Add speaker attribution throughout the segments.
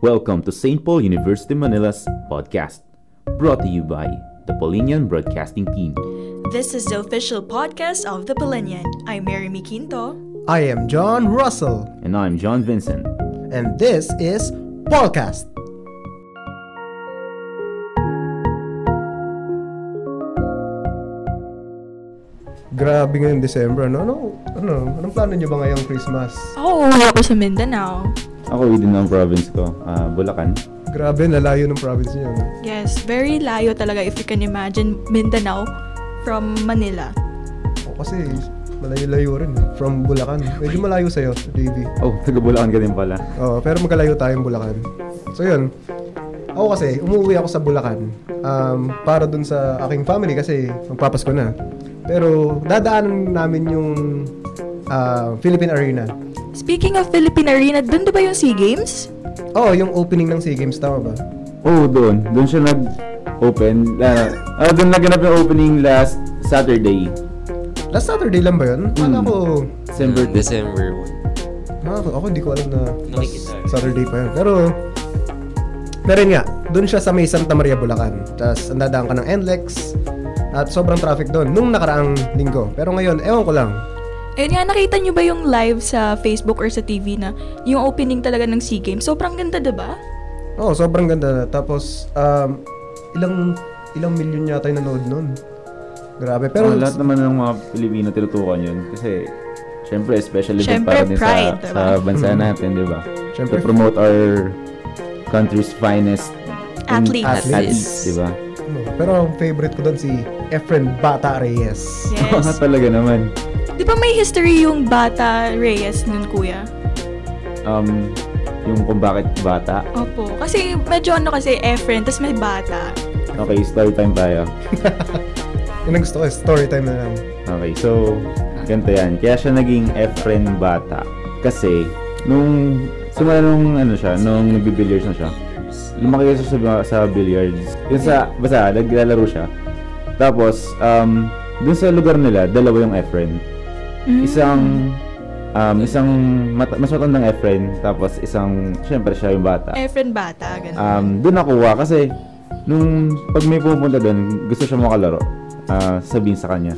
Speaker 1: Welcome to St. Paul University Manila's podcast, brought to you by the Polinian Broadcasting Team.
Speaker 2: This is the official podcast of the Polinian. I'm Mary Miquinto.
Speaker 3: I am John Russell,
Speaker 1: And I'm John Vincent.
Speaker 3: and this is Podcast. Grabe ngayong December, ano? Ano, ano, anong plano niyo ba ngayong Christmas?
Speaker 2: Oo, oh, ako sa Mindanao.
Speaker 1: Ako within ng province ko, ah, Bulacan.
Speaker 3: Grabe, nalayo ng province niyo. ano?
Speaker 2: Yes, very layo talaga if you can imagine Mindanao from Manila.
Speaker 3: O, kasi malayo-layo rin eh, from Bulacan. Medyo malayo sa'yo, JB.
Speaker 1: Oh, taga Bulacan ka din pala.
Speaker 3: Oo, pero magkalayo tayong Bulacan. So yun, ako kasi, umuwi ako sa Bulacan um, para dun sa aking family kasi magpapasko na. Pero dadaanan namin yung ah, Philippine Arena.
Speaker 2: Speaking of Philippine Arena, dun di ba yung SEA Games?
Speaker 3: Oh, yung opening ng SEA Games, tama ba?
Speaker 1: Oh, doon. Doon siya nag-open. ah ah, doon naganap yung opening last Saturday,
Speaker 3: Last Saturday lang ba yun? Wala
Speaker 1: Mm.
Speaker 3: ko,
Speaker 1: December
Speaker 4: Ah,
Speaker 1: 10.
Speaker 4: December 1.
Speaker 3: ako, ako di ko alam na last
Speaker 4: Nakikita.
Speaker 3: Saturday pa yun. Pero, meron nga, dun siya sa may Santa Maria, Bulacan. Tapos, ang dadaan ka ng NLEX. At sobrang traffic doon nung nakaraang linggo. Pero ngayon, ewan ko lang,
Speaker 2: Ayun nga, nakita nyo ba yung live sa Facebook or sa TV na yung opening talaga ng SEA Games? Sobrang ganda, di ba?
Speaker 3: Oo, sobrang ganda. Tapos, um, ilang ilang milyon yata yung nanood nun. Grabe. Pero,
Speaker 1: Pero Ah, lahat naman ng mga Pilipino tinutukan yun kasi syempre especially
Speaker 2: Syempre,
Speaker 1: para din
Speaker 2: pride,
Speaker 1: sa,
Speaker 2: diba?
Speaker 1: sa bansa natin, di ba? To
Speaker 3: Hmm. Syempre.
Speaker 1: promote our country's finest in-
Speaker 2: Athletes.
Speaker 1: athletes, diba?
Speaker 3: Athletes.
Speaker 1: di ba?
Speaker 3: ano, pero ang favorite ko doon si Efren Bata Reyes.
Speaker 1: Yes.
Speaker 2: Yes.
Speaker 1: talaga naman.
Speaker 2: di ba may history yung Bata Reyes nun, kuya?
Speaker 1: Um, yung kung bakit bata.
Speaker 2: Opo. Kasi medyo ano kasi, Efren, tas may bata.
Speaker 1: Okay, story time tayo.
Speaker 3: Yun ang gusto ko, story time na lang.
Speaker 1: Okay, so, ganito yan. Kaya siya naging Efren Bata. Kasi, nung, sumala nung, ano siya, nung nagbibilliards na siya, lumaki siya sa, sa billiards. Yun sa, basta, naglalaro siya. Tapos, um, dun sa lugar nila, dalawa yung Efren.
Speaker 2: Mm.
Speaker 1: Isang, um, isang mat- mas matandang Efren, tapos isang, syempre siya yung bata.
Speaker 2: Efren Bata, ganun.
Speaker 1: Um, doon nakuha kasi, nung pag may pumunta doon, gusto siya makalaro. Ah, sabihin sa kanya.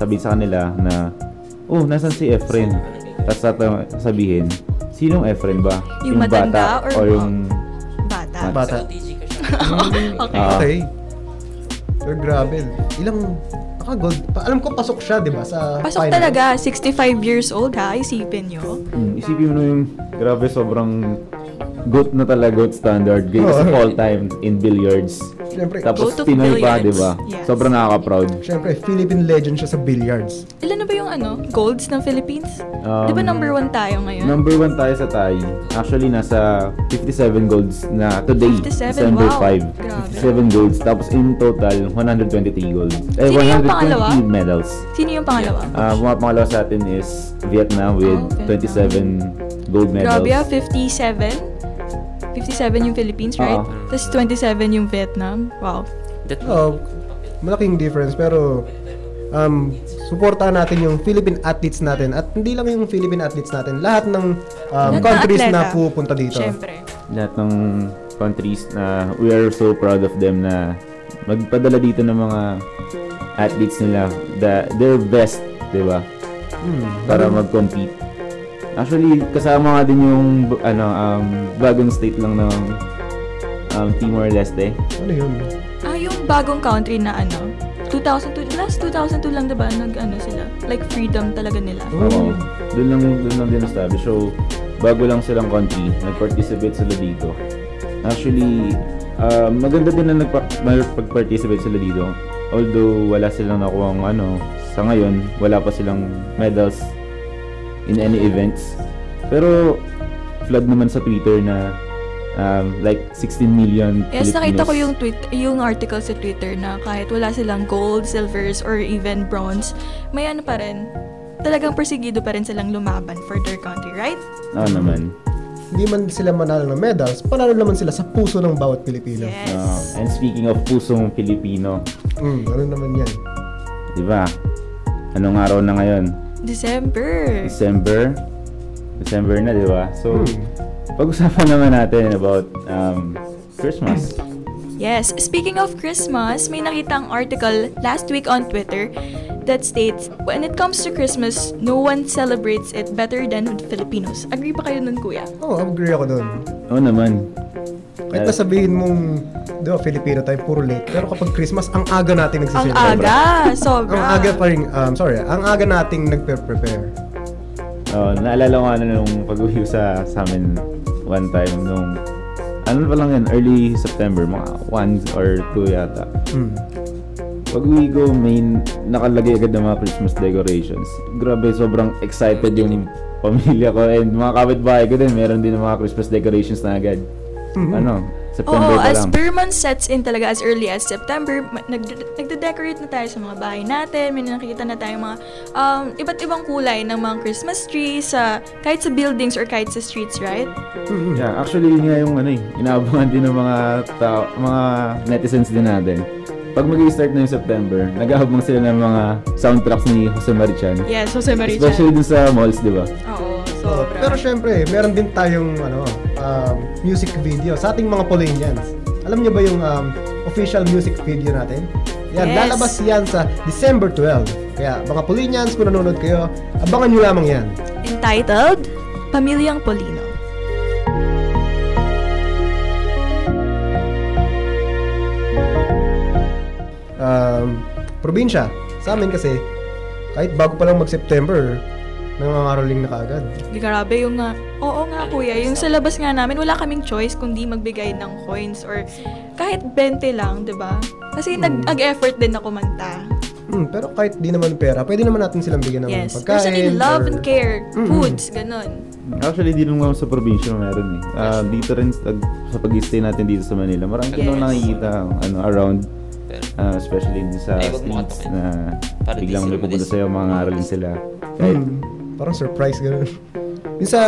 Speaker 1: Sabihin sa kanila na, oh, nasan si Efren? Tapos tata- sabihin, sinong Efren ba?
Speaker 2: Yung matanda or
Speaker 1: yung...
Speaker 2: bata.
Speaker 3: Bata.
Speaker 4: ka siya.
Speaker 2: okay.
Speaker 1: Ah.
Speaker 3: Okay. Pero grabe. Ilang, naka gold. Pa, alam ko pasok siya, di ba? Sa
Speaker 2: Pasok
Speaker 3: finals.
Speaker 2: talaga, 65 years old ha, isipin nyo.
Speaker 1: Hmm, isipin mo na yung, grabe, sobrang goat na talaga, goat standard. Greatest of
Speaker 3: Oo.
Speaker 1: all time in billiards.
Speaker 3: Siyempre,
Speaker 1: Tapos
Speaker 2: Goat of
Speaker 1: Pinoy pa, di
Speaker 2: billiards.
Speaker 1: ba?
Speaker 2: Yes.
Speaker 1: Sobrang nakaka-proud.
Speaker 3: siyempre, Philippine legend siya sa billiards.
Speaker 2: Ilan na ba yung ano, golds ng Philippines?
Speaker 1: Um,
Speaker 2: Di ba number one tayo ngayon?
Speaker 1: Number one tayo sa Thai. Actually, nasa 57 golds na today,
Speaker 2: 57,
Speaker 1: December 5.
Speaker 2: wow. Grabe.
Speaker 1: 57 golds. Tapos in total, 123 golds. Eh,
Speaker 2: Sino yung
Speaker 1: 120
Speaker 2: pangalawa?
Speaker 1: medals.
Speaker 2: Sino yung pangalawa?
Speaker 1: Ah, mga pangalawa sa atin is Vietnam with
Speaker 2: Oh, Vietnam.
Speaker 1: 27 gold medals.
Speaker 2: Grabe ah, 57? 57 yung Philippines, right?
Speaker 1: Oo.
Speaker 2: Tapos 27 yung Vietnam. Wow.
Speaker 4: That
Speaker 3: Oo, Oh, malaking difference. Pero, um, suportahan natin yung Philippine athletes natin. At hindi lang yung Philippine athletes natin. Lahat ng um,
Speaker 2: Lahat ng
Speaker 3: countries na
Speaker 2: atleta.
Speaker 3: pupunta dito.
Speaker 2: Siyempre.
Speaker 1: Lahat ng countries na we are so proud of them na magpadala dito ng mga athletes nila. The, their best, di ba?
Speaker 3: Hmm,
Speaker 1: para
Speaker 3: lalo-
Speaker 1: mag-compete. Actually, kasama nga din yung bu- ano, um, bagong state lang ng um, Timor-Leste.
Speaker 3: Ano yun?
Speaker 2: Ah, yung bagong country na ano, 2002, last 2002 lang diba nag ano sila? Like freedom talaga nila.
Speaker 1: Oo. Doon lang, doon lang din establish. So, bago lang silang country, nag-participate sila dito. Actually, ah, maganda din na nagpa- nagpag-participate sila dito. Although, wala silang nakuha ano, sa ngayon, wala pa silang medals in any events. Pero, flood naman sa Twitter na um, like 16 million
Speaker 2: Yes, nakita ko
Speaker 1: Filipinos.
Speaker 2: yung tweet, yung article sa Twitter na kahit wala silang gold, silvers, or even bronze, may ano pa rin, talagang persigido pa rin silang lumaban for their country, right?
Speaker 1: Oo Ah, naman.
Speaker 3: Hindi man sila manalo ng medals, panalo naman sila sa puso ng bawat Pilipino.
Speaker 2: Yes.
Speaker 1: Ah, and speaking of pusong Pilipino,
Speaker 3: Hmm, ano naman yan?
Speaker 1: di ba? Anong araw na ngayon?
Speaker 2: December.
Speaker 1: December December na, di ba? So,
Speaker 3: Hmm.
Speaker 1: pag-usapan naman natin about um, Christmas.
Speaker 2: Yes, speaking of Christmas, may nakitang article last week on Twitter that states, when it comes to Christmas, no one celebrates it better than Filipinos. Agree pa kayo nun, kuya?
Speaker 3: Oo, oh, agree ako doon.
Speaker 1: Oo naman.
Speaker 3: Kahit na sabihin mong, di ba, Filipino tayo, puro late. Pero kapag Christmas, ang aga natin
Speaker 2: Ang
Speaker 3: nagsisipin.
Speaker 2: aga! Sobra!
Speaker 3: Ang aga pa rin, um, sorry, ang aga nating nagpe-prepare.
Speaker 1: Oh, naalala ko ano nung pag-uwi sa, sa amin one time nung ano pa lang yan, early September, mga 1 or 2 yata.
Speaker 3: Hmm.
Speaker 1: Pag we go main, nakalagay agad ng mga Christmas decorations. Grabe, sobrang excited yung pamilya ko and mga kapitbahay ko din. Meron din ng mga Christmas decorations na agad.
Speaker 3: Mhm.
Speaker 1: Ano,
Speaker 2: Oo,
Speaker 1: September pa
Speaker 2: as
Speaker 1: lang.
Speaker 2: per month sets in talaga as early as September, ma- nagde- nagde-decorate na tayo sa mga bahay natin, may nakikita na tayong mga um, iba't ibang kulay ng mga Christmas trees, sa, kahit sa buildings or kahit sa streets, right?
Speaker 3: Hmm.
Speaker 1: Yeah, actually yun nga yung ano eh, inaabangan din ng mga tao, mga netizens din natin. Pag mag-start na yung September, nag-aabang sila ng mga soundtracks ni Jose Marichan.
Speaker 2: Yes, Jose Maria.
Speaker 1: Especially dun sa malls, di ba?
Speaker 2: Oo,
Speaker 3: Oo,
Speaker 2: sobra.
Speaker 3: pero syempre, meron din tayong ano, um, music video sa ating mga Polinians. Alam niyo ba yung um, official music video natin? Yan,
Speaker 2: Yes.
Speaker 3: lalabas yan sa December 12. Kaya mga Polinians, kung nanonood kayo, abangan niyo lamang yan.
Speaker 2: Entitled, Pamilyang Polino.
Speaker 3: Um, probinsya, sa amin kasi, kahit bago pa lang mag-September, nangangaraling na kaagad.
Speaker 2: Grabe yung nga, oo nga kuya, yung sa labas nga namin, wala kaming choice kundi magbigay ng coins or kahit 20 lang, di ba? Kasi nag- nag-effort din na kumanta.
Speaker 3: Hmm, pero kahit di naman pera, pwede naman natin silang bigyan ng
Speaker 2: Yes.
Speaker 3: pagkain.
Speaker 2: Personally, love
Speaker 3: or-
Speaker 2: and care,
Speaker 3: Mm-mm.
Speaker 2: foods, ganun.
Speaker 1: Actually, di naman sa probinsya meron eh. Ah, dito rin sa, sa pag-stay natin dito sa Manila, marami yes.
Speaker 2: Yes.
Speaker 1: nakikita ano, around,
Speaker 4: Pero,
Speaker 1: ah, especially dun sa
Speaker 4: Ay, wag mo
Speaker 1: streets
Speaker 4: katukin.
Speaker 1: na
Speaker 4: Para di
Speaker 1: biglang
Speaker 4: sila
Speaker 1: may pupunta
Speaker 4: madis-
Speaker 1: sa'yo, mga ngaralin sila. Kahit,
Speaker 3: Hmm, parang surprise ganun. Yung sa,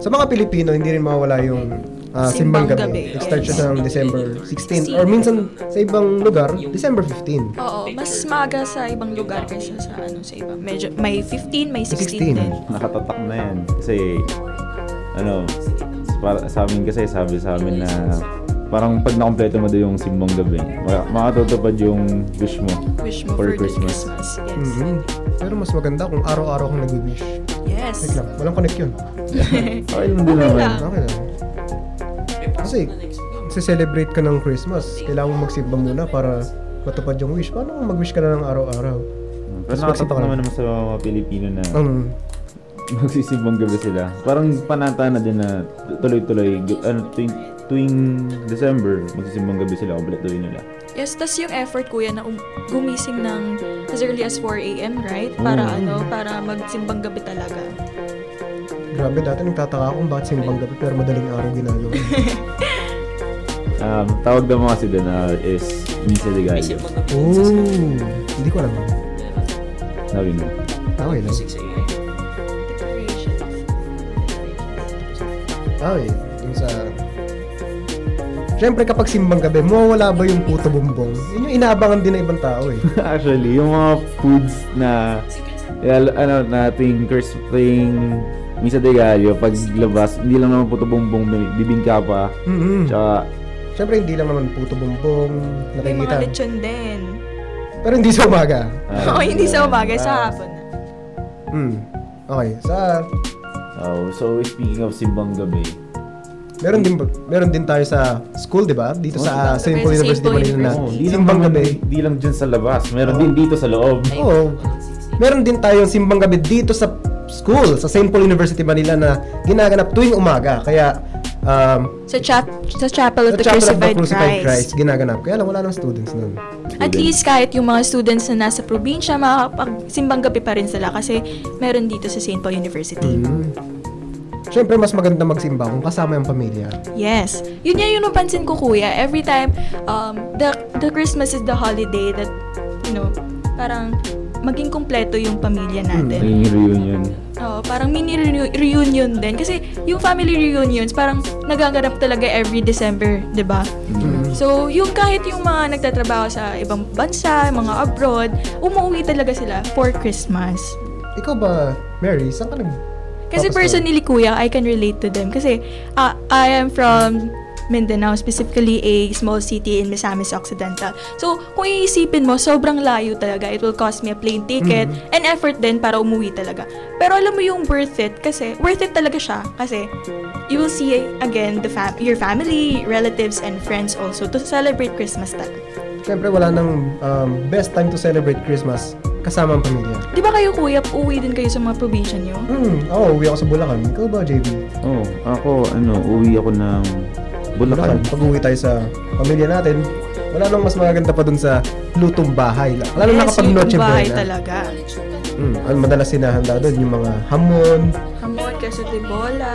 Speaker 3: sa mga Pilipino, hindi rin mawawala yung ah,
Speaker 2: Simbang
Speaker 3: simbang
Speaker 2: gabi.
Speaker 3: gabi. Nag-start siya ng
Speaker 4: Yes.
Speaker 3: December 16. Or minsan sa ibang lugar, December 15.
Speaker 2: Oo, mas maaga sa ibang lugar kaysa sa ano sa iba. Medyo may 15, may 16,
Speaker 3: 16.
Speaker 2: din.
Speaker 1: nakatatak na yan. Kasi, ano, sa, para, sa amin kasi, sabi sa amin na parang pag nakompleto mo doon yung simbang gabi, ma- makatutupad yung wish mo.
Speaker 2: Wish mo
Speaker 1: For
Speaker 2: for, the
Speaker 1: Christmas.
Speaker 2: Christmas. Yes.
Speaker 3: Mhm. Pero mas maganda kung araw-araw kang nag-wish.
Speaker 2: Yes.
Speaker 3: Wait lang, walang connect yun.
Speaker 1: Okay lang din naman.
Speaker 2: lang.
Speaker 3: Okay lang. Kasi, kasi celebrate ka ng Christmas, kailangan mo magsimba muna para matupad yung wish. Paano kung mag-wish ka na ng araw-araw?
Speaker 1: Pero nakatatak naman naman sa mga Pilipino na
Speaker 3: Um,
Speaker 1: magsisibang gabi sila. Parang panata na din na tuloy-tuloy, gu- ano, tuwing, tuwing December, magsisibang gabi sila, tuloy nila.
Speaker 2: Yes, tas yung effort kuya na um- gumising ng as early as 4 a.m., right? Para
Speaker 1: Mm.
Speaker 2: ano, para magsimbang gabi talaga.
Speaker 3: grabe, dati nagtataka ako kung bakit simbang gabi pero madaling araw ginagawa.
Speaker 1: Um, tawag daw mo kasi din ah, is Misa de Gallo.
Speaker 4: may sip mag-
Speaker 3: Oh, hindi ko alam.
Speaker 1: Sabi mo.
Speaker 3: Okay lang.
Speaker 2: eh?
Speaker 4: Six AM.
Speaker 3: Okay, Oh, yung sa... Siyempre kapag simbang gabi, mawawala ba yung puto bumbong? Yun yung inaabangan din ng ibang tao eh.
Speaker 1: Actually, yung mga foods na lalo- ano na tuwing Christ- tuwing Misa de Gallo, paglabas, hindi lang naman puto bumbong, bi- bibingka pa.
Speaker 3: Mm-hmm.
Speaker 1: Tsaka,
Speaker 3: Siyempre hindi lang naman puto bumbong
Speaker 2: May mga
Speaker 3: nakikita.
Speaker 2: lechon din.
Speaker 3: Pero hindi sa umaga.
Speaker 1: ah,
Speaker 2: Oo, hindi sa umaga,
Speaker 1: ah,
Speaker 2: sa hapon.
Speaker 3: Mm. Okay, sa...
Speaker 1: Oh, so speaking of simbang gabi,
Speaker 3: Meron din meron din tayo sa school, 'di ba? Dito sa
Speaker 2: Simbang gabi sa St.
Speaker 3: St. Paul University
Speaker 2: Paul
Speaker 1: oh,
Speaker 3: Manila na.
Speaker 2: University.
Speaker 1: di lang
Speaker 3: Simbang
Speaker 1: naman,
Speaker 3: gabi.
Speaker 1: di lang dyan sa labas, meron
Speaker 3: Oo.
Speaker 1: din dito sa loob.
Speaker 3: Oo. Meron din tayong simbang gabi dito sa school, sa St. Paul University Manila na ginaganap tuwing umaga. Kaya um,
Speaker 2: Sa, chap sa Chapel of the
Speaker 3: sa Chapel of the
Speaker 2: Crucified,
Speaker 3: Crucified
Speaker 2: Christ.
Speaker 3: Christ ginaganap. Kaya lang wala nang students nun.
Speaker 2: At least kahit yung mga students na nasa probinsya, makakapagsimbang gabi pa rin sila kasi meron dito sa St. Paul University.
Speaker 3: Mm-hmm. Hmm. Siyempre, mas maganda magsimba kung kasama yung pamilya.
Speaker 2: Yes. Yun yan yung napansin ko, kuya. Every time, um, the, the Christmas is the holiday that, you know, parang maging kumpleto yung pamilya natin.
Speaker 1: Yung reunion.
Speaker 2: Oo, parang mini reu- reunion din. Kasi yung family reunions, parang nagaganap talaga every December, di ba?
Speaker 3: Mm-hmm.
Speaker 2: So, yung kahit yung mga nagtatrabaho sa ibang bansa, mga abroad, umuwi talaga sila for Christmas.
Speaker 3: Ikaw ba, Mary, saan ka nag...
Speaker 2: Kasi
Speaker 3: Tapos ano?
Speaker 2: personally, kuya, I can relate to them. Kasi ah, I am from Mindanao, specifically a small city in Misamis Occidental. So, kung iisipin mo, sobrang layo talaga. It will cost me a plane ticket
Speaker 3: Mm-hmm.
Speaker 2: and effort din para umuwi talaga. Pero alam mo yung worth it kasi, worth it talaga siya. Kasi, you will see again the fam your family, relatives, and friends also to celebrate Christmas talaga.
Speaker 3: Siyempre, wala nang um, best time to celebrate Christmas kasama ang pamilya.
Speaker 2: Di ba kayo kuya, uuwi din kayo sa mga provision nyo?
Speaker 3: Hmm, ako, uwi ako sa Bulacan. Ikaw ba, JB?
Speaker 1: Oh, ako, ano, uwi ako ng Bulacan.
Speaker 3: Pag uwi tayo sa pamilya natin, wala nang mas magaganda pa dun sa lutong bahay. Wala nang
Speaker 2: Yes,
Speaker 3: nakapag
Speaker 2: yung
Speaker 3: noche
Speaker 2: bahay
Speaker 3: buena.
Speaker 2: talaga.
Speaker 3: Hmm, ang madalas sinahanda dun, yung mga hamon.
Speaker 2: Hamon, kaso de bola.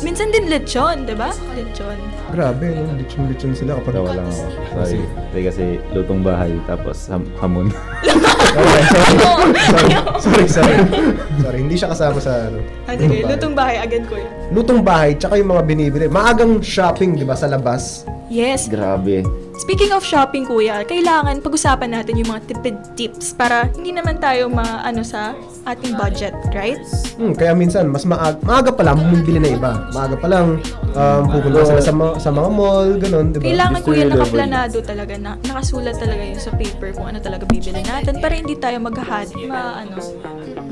Speaker 2: Minsan din lechon, di ba? Lechon.
Speaker 3: Grabe, no? lechon-lechon sila kapag...
Speaker 1: Tawa lang ako. Sorry. Hindi kasi lutong bahay, tapos ham- hamon.
Speaker 3: Okay, sorry. sorry, sorry, sorry. Sorry, hindi siya kasama sa ano.
Speaker 2: Ah, sige,
Speaker 3: bahay.
Speaker 2: lutong bahay agad ko
Speaker 3: Lutong bahay, tsaka yung mga binibili. Maagang shopping, di ba, sa labas.
Speaker 2: Yes.
Speaker 1: Grabe.
Speaker 2: Speaking of shopping, kuya, kailangan pag-usapan natin yung mga tipid tips para hindi naman tayo maano sa ating budget, right?
Speaker 3: Hmm, kaya minsan, mas maaga, maaga pa lang bumibili na iba. Maaga pa lang, um, pupunta sila sa, mga, sa mga mall, ganun, di ba?
Speaker 2: Kailangan
Speaker 1: Mr.
Speaker 2: kuya
Speaker 1: Lover.
Speaker 2: nakaplanado talaga na nakasulat talaga yun sa paper kung ano talaga bibili natin para hindi tayo maghahad ma ano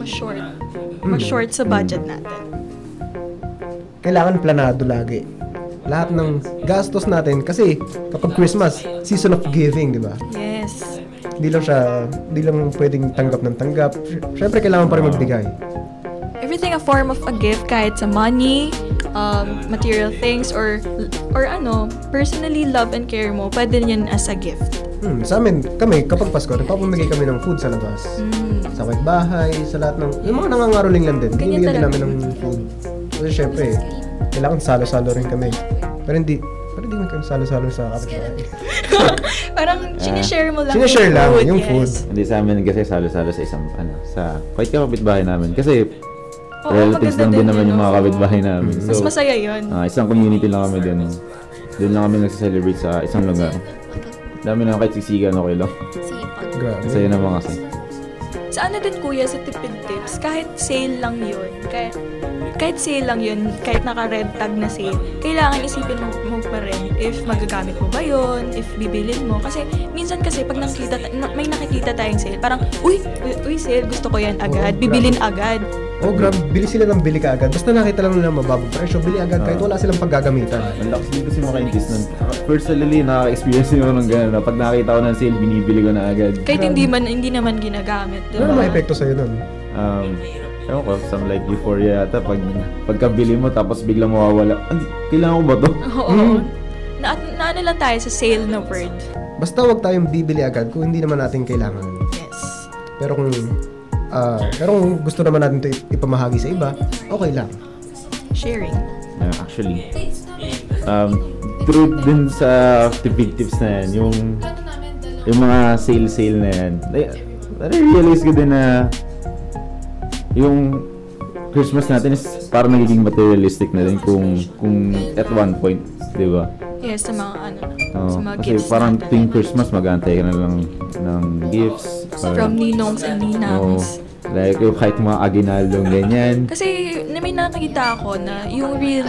Speaker 2: ma-short ma-short sa budget natin.
Speaker 3: Kailangan planado lagi. Lahat ng gastos natin, kasi kapag Christmas, season of giving, di ba?
Speaker 2: Yes.
Speaker 3: Hindi lang siya, hindi lang pwedeng tanggap ng tanggap. Siyempre, kailangan pa rin magbigay.
Speaker 2: everything a form of a gift kahit sa money um, material things or or ano personally love and care mo pwede yan as a gift
Speaker 3: Hmm, sa amin, kami, kapag Pasko, nagpapamigay kami ng food sa labas.
Speaker 2: Mm.
Speaker 3: Sa bahay, sa lahat ng... Yung mga nangangaroling lang din.
Speaker 2: Ganyan
Speaker 3: Binibigyan din
Speaker 2: talaga.
Speaker 3: namin ng food. Kasi syempre, kailangan salo-salo rin kami. Pero hindi, pero hindi man kami salo-salo sa kapitbahay.
Speaker 2: parang sinishare mo lang
Speaker 3: Sinishare Ah. lang yung
Speaker 2: yes.
Speaker 3: food.
Speaker 1: Hindi sa amin kasi salo-salo sa isang, ano, sa kahit ka kapitbahay namin. Kasi
Speaker 2: Oo,
Speaker 1: relatives
Speaker 2: maganda
Speaker 1: lang din
Speaker 2: din
Speaker 1: naman
Speaker 2: yun,
Speaker 1: yung mga
Speaker 2: oo.
Speaker 1: kapitbahay namin.
Speaker 2: mas masaya yun
Speaker 1: Ah, isang community lang kami dun. Doon lang kami nagsiselebrate sa isang lugar. Dami na kahit siksikan, okay lang.
Speaker 3: Grabe.
Speaker 1: Masaya naman kasi.
Speaker 2: sa ano din kuya sa tipid tips kahit sale lang yun kahit kahit sale lang yun, kahit naka-red tag na sale, kailangan isipin mo, mo pa rin if magagamit mo ba yun, if bibilin mo. Kasi minsan kasi pag nakita, ta- na- may nakikita tayong sale, parang, uy, uy sale, gusto ko yan agad,
Speaker 3: Oo,
Speaker 2: bibilin agad.
Speaker 3: Oh, grabe. Bili sila ng bili ka agad. Basta nakita lang nila mababang presyo, bili agad kahit wala silang paggagamitan.
Speaker 1: Ang lakas din kasi makaintis nun. Personally, nakaka-experience din ako ng gano'n. na Pag nakakita ko ng sale, binibili ko na agad.
Speaker 2: Kahit hindi man hindi naman ginagamit, di
Speaker 3: Ano
Speaker 2: ba?
Speaker 3: mga epekto sa'yo nun?
Speaker 1: Um, ewan ko, some like euphoria yata. Pag, pagkabili mo, tapos biglang mawawala. Ay, kailangan ko ba to?
Speaker 2: Oo.
Speaker 1: Hmm.
Speaker 2: Na, na ano lang tayo sa sale na word.
Speaker 3: Basta huwag tayong bibili agad kung hindi naman natin kailangan.
Speaker 2: Yes.
Speaker 3: Pero kung ah, pero kung gusto naman natin ito ip- ipamahagi sa iba, okay lang.
Speaker 2: Sharing.
Speaker 1: Yeah, Uh, actually, um, true din sa tipid tips na yan, yung, yung mga sale-sale na yan. Like, Na-realize ko din na yung Christmas natin is parang nagiging materialistic na din kung, kung at one point, di ba?
Speaker 2: Yes, sa mga ano,
Speaker 1: Oo,
Speaker 2: sa mga
Speaker 1: Oh, kasi
Speaker 2: gifts
Speaker 1: parang
Speaker 2: natin.
Speaker 1: tuwing Christmas, mag-aantay ka na lang ng gifts. or-
Speaker 2: From ninongs and
Speaker 1: Oo.
Speaker 2: ninangs.
Speaker 1: like, yung kahit mga aginaldong ganyan.
Speaker 2: Kasi na may nakita ako na yung real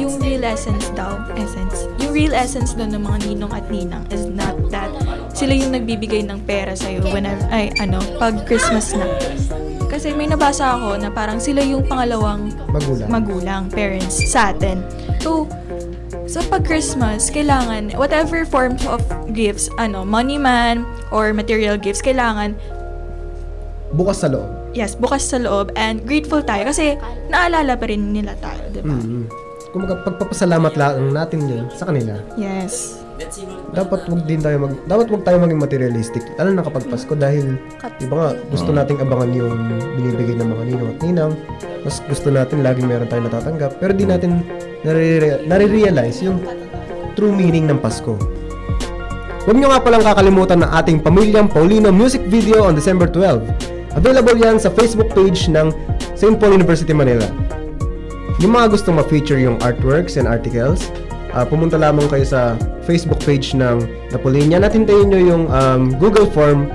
Speaker 2: yung real essence daw, essence. Yung real essence daw ng mga ninong at ninang is not that sila yung nagbibigay ng pera sa iyo when I- ay ano, pag Christmas na. Kasi may nabasa ako na parang sila yung pangalawang
Speaker 3: Magulang.
Speaker 2: magulang, parents sa atin. So, So pag Christmas, kailangan whatever forms of gifts, ano, money man or material gifts, kailangan
Speaker 3: Bukas sa loob.
Speaker 2: yes, bukas sa loob and grateful tayo kasi naalala pa rin nila tayo, di ba?
Speaker 3: Mm. Kung pagpapasalamat lang natin din sa kanila.
Speaker 2: Yes.
Speaker 3: Dapat wag din tayo mag dapat wag tayo maging materialistic lalo na kapag Pasko dahil iba nga gusto nating abangan yung binibigay ng mga ninong at ninang. Mas gusto natin laging meron tayong natatanggap pero di natin narire- nare-realize yung true meaning ng Pasko. Huwag nyo nga palang kakalimutan ng ating pamilyang Paulino music video on December 12. Available yan sa Facebook page ng St. Paul University Manila. Yung mga gustong ma-feature yung artworks and articles, ah, pumunta lamang kayo sa Facebook page ng Napolinia at hintayin nyo yung um, Google form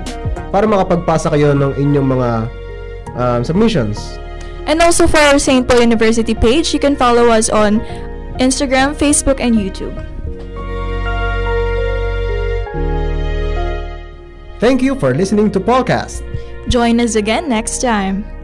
Speaker 3: para makapagpasa kayo ng inyong mga um, submissions.
Speaker 2: And also for our St. Paul University page, you can follow us on Instagram, Facebook, and YouTube.
Speaker 3: Thank you for listening to podcast.
Speaker 2: Join us again next time.